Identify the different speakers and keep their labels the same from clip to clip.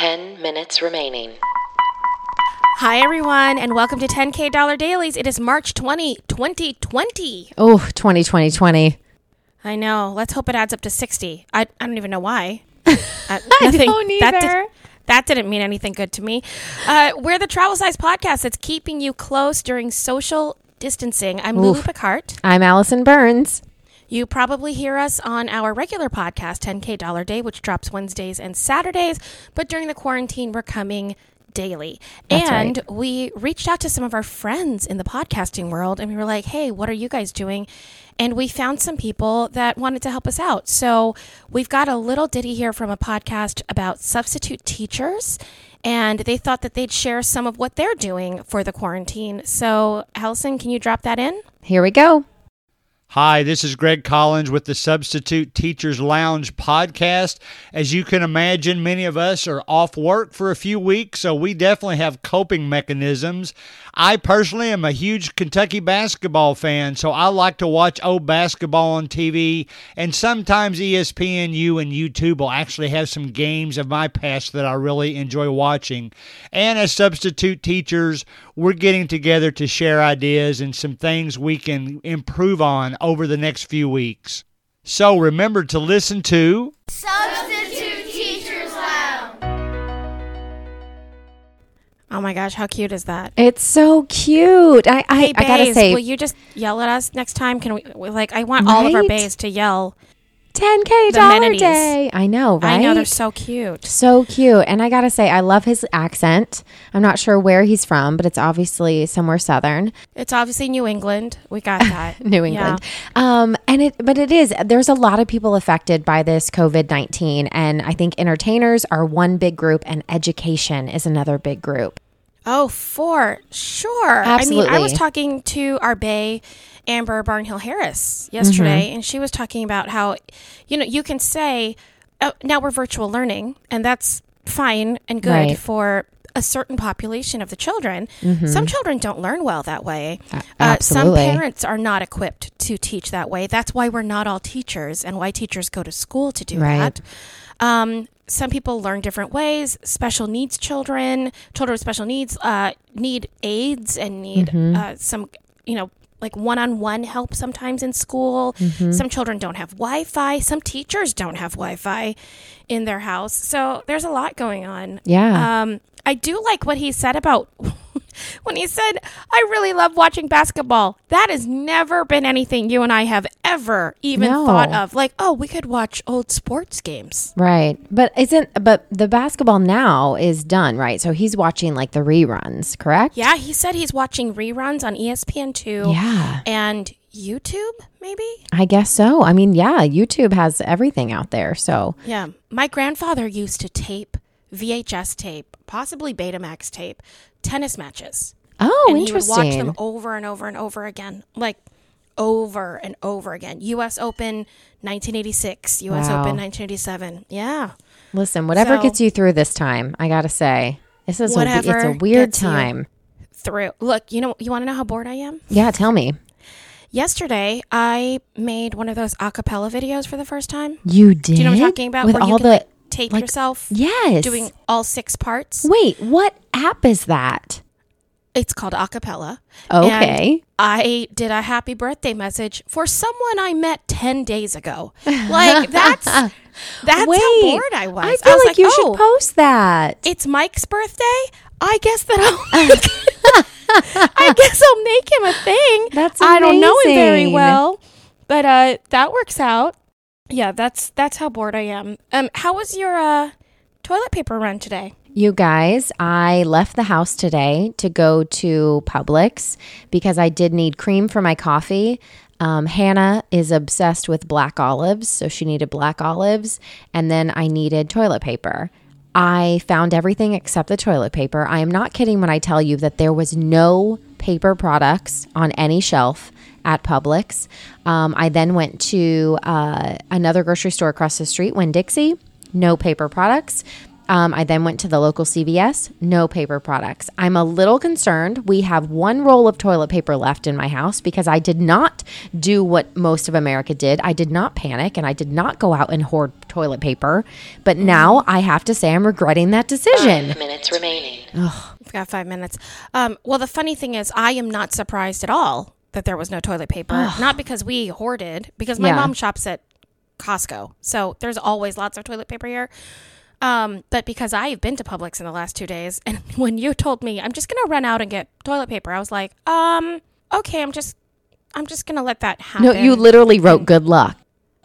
Speaker 1: 10 minutes remaining.
Speaker 2: Hi, everyone, and welcome to 10K Dollar Dailies. It is March 20, 2020.
Speaker 3: Oh, 20, 20, 20.
Speaker 2: I know. Let's hope it adds up to 60. I, I don't even know why. I,
Speaker 3: don't
Speaker 2: Uh, That,
Speaker 3: either.
Speaker 2: that didn't mean anything good to me. Uh, we're the travel size podcast that's keeping you close during social distancing. I'm Lulu Picard.
Speaker 3: I'm Allison Burns.
Speaker 2: You probably hear us on our regular podcast, 10K Dollar Day, which drops Wednesdays and Saturdays. But during the quarantine, we're coming daily. and we reached out to some of our friends in the podcasting world and we were like, hey, what are you guys doing? And we found some people that wanted to help us out. So we've got a little ditty here from a podcast about substitute teachers. And they thought that they'd share some of what they're doing for the quarantine. So, Allison, can you drop that in?
Speaker 3: Here we go.
Speaker 4: Hi, this is Greg Collins with the Substitute Teachers Lounge podcast. As you can imagine, many of us are off work for a few weeks, so we definitely have coping mechanisms. I personally am a huge Kentucky basketball fan, so I like to watch old basketball on TV, and sometimes E ESPNU and YouTube will actually have some games of my past that I really enjoy watching. And as substitute teachers, we're getting together to share ideas and some things we can improve on over the next few weeks. So remember to listen to
Speaker 5: Substitute Teachers Lounge.
Speaker 2: Oh my gosh, how cute is that?
Speaker 3: It's so cute. I, I,
Speaker 2: Hey,
Speaker 3: I gotta
Speaker 2: Baze,
Speaker 3: say,
Speaker 2: will you just yell at us next time? Can we, we- like, I want all of our
Speaker 3: Right?
Speaker 2: bays to yell.
Speaker 3: 10K
Speaker 2: the
Speaker 3: Dollar
Speaker 2: amenities.
Speaker 3: Day. I know, right?
Speaker 2: I know they're so cute.
Speaker 3: So cute. And I gotta say, I love his accent. I'm not sure where he's from, but it's obviously somewhere southern,
Speaker 2: It's obviously New England. We got that.
Speaker 3: New England. Um, and it, but it is, there's a lot of people affected by this COVID 19. And I think entertainers are one big group, and education is another big group.
Speaker 2: Oh, for sure. I mean, I was
Speaker 3: Absolutely.
Speaker 2: talking to our bay, Amber Barnhill Harris, yesterday,
Speaker 3: Mm-hmm.
Speaker 2: and she was talking about how, you know, you can say, oh, now we're virtual learning, and that's fine and good
Speaker 3: Right. Mm-hmm.
Speaker 2: for a certain population of the children. Some children don't learn well that way. Uh,
Speaker 3: absolutely.
Speaker 2: some parents are not equipped to teach that way. That's why we're not all teachers and why teachers go to school to do
Speaker 3: Right.
Speaker 2: that. Um, some people learn different ways. Special needs children, children with special needs, uh, need aids and need
Speaker 3: Mm-hmm.
Speaker 2: uh, some, you know, like one on one help sometimes in school.
Speaker 3: Mm-hmm.
Speaker 2: Some children don't have Wi Fi. Some teachers don't have Wi Fi in their house. So there's a lot going on.
Speaker 3: Yeah.
Speaker 2: Um, I do like what he said about. When he said, I really love watching basketball, that has never been anything you and I have ever even
Speaker 3: No.
Speaker 2: thought of. Like, oh, we could watch old sports games.
Speaker 3: Right. But isn't but the basketball now is done, right? So he's watching like the reruns, correct?
Speaker 2: Yeah, he said he's watching reruns on E ESPN2
Speaker 3: Yeah.
Speaker 2: and YouTube, maybe?
Speaker 3: I guess so. I mean, yeah, YouTube has everything out there. So
Speaker 2: Yeah. My grandfather used to tape VHS tape, possibly Betamax tape, tennis matches.
Speaker 3: Oh,
Speaker 2: and he would
Speaker 3: interesting.
Speaker 2: watch them over and over and over again. Like over and over again. US Open 1986, US
Speaker 3: Wow.
Speaker 2: Open 1987. Yeah.
Speaker 3: Listen, whatever
Speaker 2: So-
Speaker 3: gets you through this time, I gotta say. This is a, it's
Speaker 2: Whatever
Speaker 3: a weird
Speaker 2: gets you.
Speaker 3: time.
Speaker 2: Through. Look, you know you want to know how bored I am?
Speaker 3: Yeah, tell me.
Speaker 2: Yesterday, I made one of those a cappella videos for the first time.
Speaker 3: You did.
Speaker 2: Do you know what I'm talking about?
Speaker 3: Eh? With
Speaker 2: Where
Speaker 3: all
Speaker 2: you can,
Speaker 3: the
Speaker 2: like, tape
Speaker 3: like-
Speaker 2: yourself.
Speaker 3: Yes.
Speaker 2: Doing all six parts.
Speaker 3: Wait, what app is that?
Speaker 2: It's called acapella.
Speaker 3: Okay.
Speaker 2: And I did a happy birthday message for someone I met ten days ago. Like that's that's
Speaker 3: Wait,
Speaker 2: how bored I was.
Speaker 3: I feel
Speaker 2: was
Speaker 3: like, you
Speaker 2: oh,
Speaker 3: should post that.
Speaker 2: it's Mike's birthday. I guess that I'll. Make I guess I'll make him a thing.
Speaker 3: That's
Speaker 2: I don't know him very
Speaker 3: amazing.
Speaker 2: well, but uh, that works out. Yeah, that's that's how bored I am. Um, how was your uh, toilet paper run today?
Speaker 3: You guys, I left the house today to go to Publix because I did need cream for my coffee. Um, Hannah is obsessed with black olives, so she needed black olives. And then I needed toilet paper. I found everything except the toilet paper. I am not kidding when I tell you that there was no paper products on any shelf at Publix. Um, I then went to uh, another grocery store across the street, Winn Dixie, no paper products. Um, I then went to the local CVS, no paper products. I'm a little concerned. We have one roll of toilet paper left in my house because I did not do what most of America did. I did not panic and I did not go out and hoard toilet paper. But now I have to say I'm regretting that decision.
Speaker 1: Minutes remaining.
Speaker 2: We've got five minutes. Um, well, the funny thing is, I am not surprised at all that there was no toilet paper. Not because we hoarded, because my
Speaker 3: Yeah.
Speaker 2: mom shops at Costco, so there's always lots of toilet paper here. Um, but because I have been to Publix in the last two days, and when you told me I'm just gonna run out and get toilet paper, I was like, um, okay, I'm just, I'm just gonna let that happen.
Speaker 3: No, you literally wrote good luck.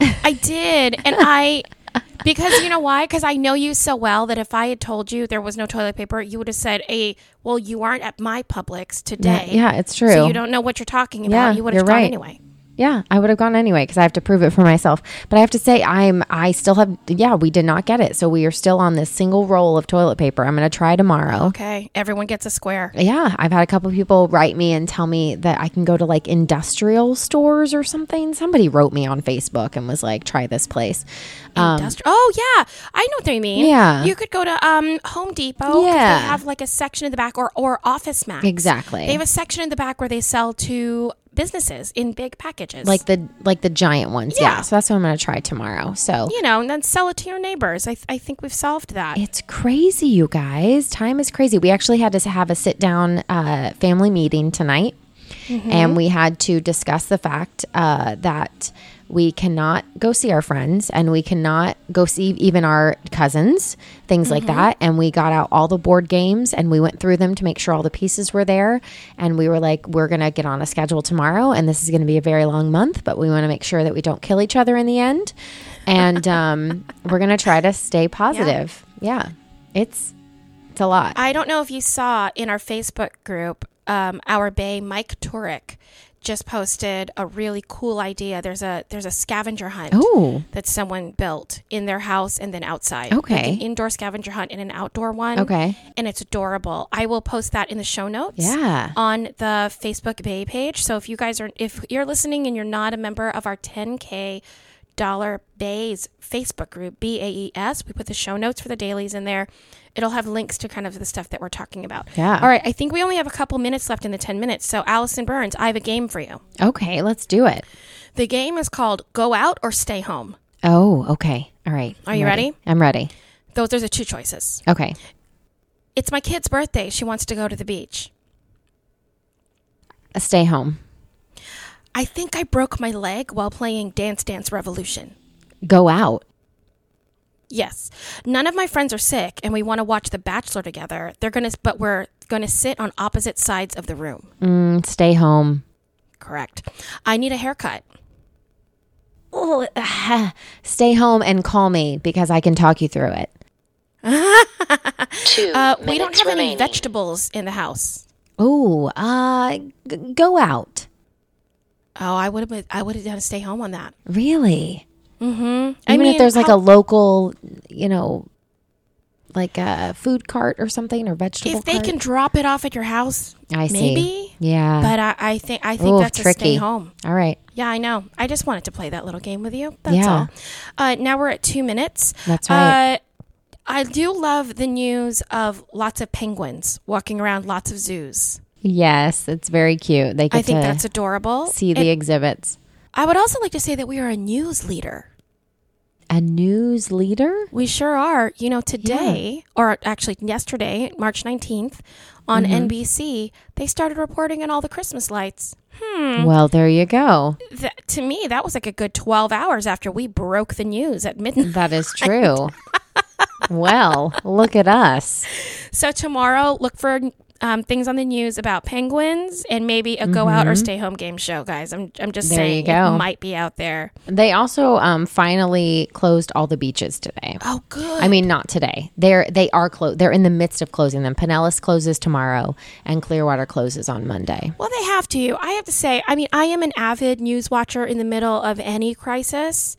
Speaker 2: I did. And I, because you know why? Because I know you so well that if I had told you there was no toilet paper, you would have said, hey, well, you aren't at my Publix today.
Speaker 3: Yeah, it's true.
Speaker 2: So you don't know what you're talking about.
Speaker 3: Yeah,
Speaker 2: you would
Speaker 3: you're
Speaker 2: have gone
Speaker 3: right.
Speaker 2: anyway.
Speaker 3: Yeah, I would have gone anyway because I have to prove it for myself. But I have to say, I'm I still have. Yeah, we did not get it, so we are still on this single roll of toilet paper. I'm going to try tomorrow.
Speaker 2: Okay. Everyone gets a square.
Speaker 3: Yeah, I've had a couple people write me and tell me that I can go to like industrial stores or something. Somebody wrote me on Facebook and was like, "Try this place." Um,
Speaker 2: Industri- oh, yeah. I know what they mean.
Speaker 3: Yeah.
Speaker 2: You could go to um, Home Depot. 'cause
Speaker 3: Yeah.
Speaker 2: They have like a section in the back or, or Office Max.
Speaker 3: Exactly.
Speaker 2: They have a section in the back where they sell to businesses in big packages.
Speaker 3: like the like the giant ones. Yeah.
Speaker 2: Yeah.
Speaker 3: So that's what I'm going to try tomorrow. So
Speaker 2: you know, and then sell it to your neighbors. I, th- I think we've solved that.
Speaker 3: It's crazy, you guys. Time is crazy. We actually had to have a sit down uh, family meeting tonight,
Speaker 2: Mm-hmm.
Speaker 3: and we had to discuss the fact uh, that we cannot go see our friends and we cannot go see even our cousins, things like
Speaker 2: Mm-hmm.
Speaker 3: that. And we got out all the board games and we went through them to make sure all the pieces were there. And we were like, we're going to get on a schedule tomorrow, and this is going to be a very long month, but we want to make sure that we don't kill each other in the end. And um, we're going to try to stay positive. Yeah. It's it's a lot.
Speaker 2: I don't know if you saw in our Facebook group, um, our bay Mike Turek just posted a really cool idea. There's a there's a scavenger hunt
Speaker 3: Ooh.
Speaker 2: that someone built in their house and then outside. Like
Speaker 3: Okay.
Speaker 2: an indoor scavenger hunt and an outdoor one.
Speaker 3: Okay.
Speaker 2: And it's adorable. I will post that in the show notes.
Speaker 3: Yeah.
Speaker 2: On the Facebook Bay page. So if you guys are if you're listening and you're not a member of our 10K dollar bays facebook group b-a-e-s we put the show notes for the dailies in there it'll have links to kind of the stuff that we're talking about
Speaker 3: Yeah.
Speaker 2: all right i think we only have a couple minutes left in the 10 minutes so allison burns i have a game for you
Speaker 3: Okay, let's do it.
Speaker 2: the game is called go out or stay home
Speaker 3: Oh, okay. All right.
Speaker 2: Are
Speaker 3: I'm
Speaker 2: you ready?
Speaker 3: I'm ready.
Speaker 2: those are the two choices
Speaker 3: Okay.
Speaker 2: it's my kid's birthday she wants to go to the beach
Speaker 3: Uh, Stay home.
Speaker 2: i think i broke my leg while playing dance dance revolution
Speaker 3: Go out.
Speaker 2: Yes. None of my friends are sick and we want to watch The Bachelor together. They're going to but we're going to sit on opposite sides of the room.
Speaker 3: Mm, stay home.
Speaker 2: Correct. I need a haircut.
Speaker 3: Oh, stay home and call me because I can talk you through it.
Speaker 1: Two
Speaker 2: Uh,
Speaker 1: minutes
Speaker 2: we don't have
Speaker 1: remaining.
Speaker 2: any vegetables in the house.
Speaker 3: Oh, uh, g- go out.
Speaker 2: Oh, I would have I would have done a stay home on that.
Speaker 3: Really?
Speaker 2: Mhm.
Speaker 3: Even
Speaker 2: I mean,
Speaker 3: if there's like
Speaker 2: how-
Speaker 3: a local, you know, like a food cart or something or vegetable.
Speaker 2: if they
Speaker 3: cart?
Speaker 2: can drop it off at your house,
Speaker 3: I see.
Speaker 2: maybe.
Speaker 3: Yeah.
Speaker 2: But I, I think I think
Speaker 3: Ooh,
Speaker 2: that's a stay home.
Speaker 3: All right.
Speaker 2: Yeah, I know. I just wanted to play that little game with you. That's
Speaker 3: Yeah.
Speaker 2: all. Uh, now we're at two minutes.
Speaker 3: That's right.
Speaker 2: Uh, I do love the news of lots of penguins walking around lots of zoos.
Speaker 3: Yes, it's very cute. They get
Speaker 2: I think
Speaker 3: to
Speaker 2: that's adorable.
Speaker 3: see the
Speaker 2: And
Speaker 3: exhibits.
Speaker 2: I would also like to say that we are a news leader.
Speaker 3: A news leader?
Speaker 2: We sure are. You know, today, or actually yesterday, March 19th, on
Speaker 3: Mm-hmm.
Speaker 2: NBC, they started reporting on all the Christmas lights. Mm-hmm.
Speaker 3: Well, there you go.
Speaker 2: That, to me, that was like a good 12 hours after we broke the news at midnight.
Speaker 3: That is true. well, look at us.
Speaker 2: So tomorrow, look for um, things on the news about penguins and maybe a go out or stay home game show, guys. I'm I'm just
Speaker 3: Mm-hmm. There you
Speaker 2: saying
Speaker 3: go.
Speaker 2: it might be out there.
Speaker 3: They also um, finally closed all the beaches today.
Speaker 2: Oh, good.
Speaker 3: I mean, not today. They're they are closed. They're in the midst of closing them. Pinellas closes tomorrow, and Clearwater closes on Monday.
Speaker 2: well, they have to. I have to say, I mean, I am an avid news watcher in the middle of any crisis.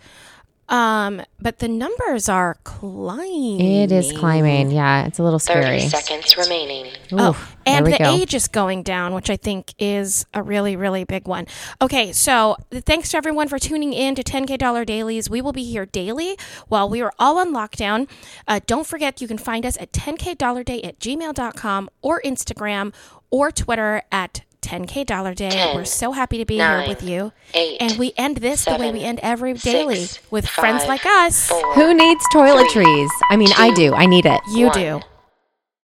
Speaker 2: Um, but the numbers are climbing.
Speaker 3: It is climbing. Yeah, it's a little scary.
Speaker 1: seconds remaining.
Speaker 2: Oh,
Speaker 3: Oof, there
Speaker 2: and
Speaker 3: we
Speaker 2: the
Speaker 3: go.
Speaker 2: age is going down, which I think is a really, really big one. Okay, so th- thanks to everyone for tuning in to 10K Dollar Dailies. We will be here daily while we are all on lockdown. Uh, don't forget, you can find us at 10kdollarday at gmail.com or Instagram or Twitter at 10K Dollar Day. We're so happy to be
Speaker 1: nine,
Speaker 2: here with you.
Speaker 1: eight,
Speaker 2: and we end this the way we
Speaker 1: seven,
Speaker 2: end every daily
Speaker 1: six,
Speaker 2: with friends
Speaker 1: five,
Speaker 2: like us.
Speaker 1: Four.
Speaker 3: Who needs toiletries? I mean, I do. I need it.
Speaker 2: You
Speaker 1: One.
Speaker 2: do.